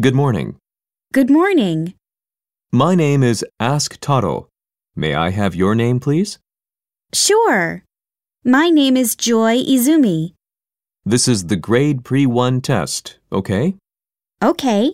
Good morning. Good morning. My name is Ask Taro. May I have your name, please? Sure. My name is Joy Izumi. This is the grade pre 1 test, okay? Okay.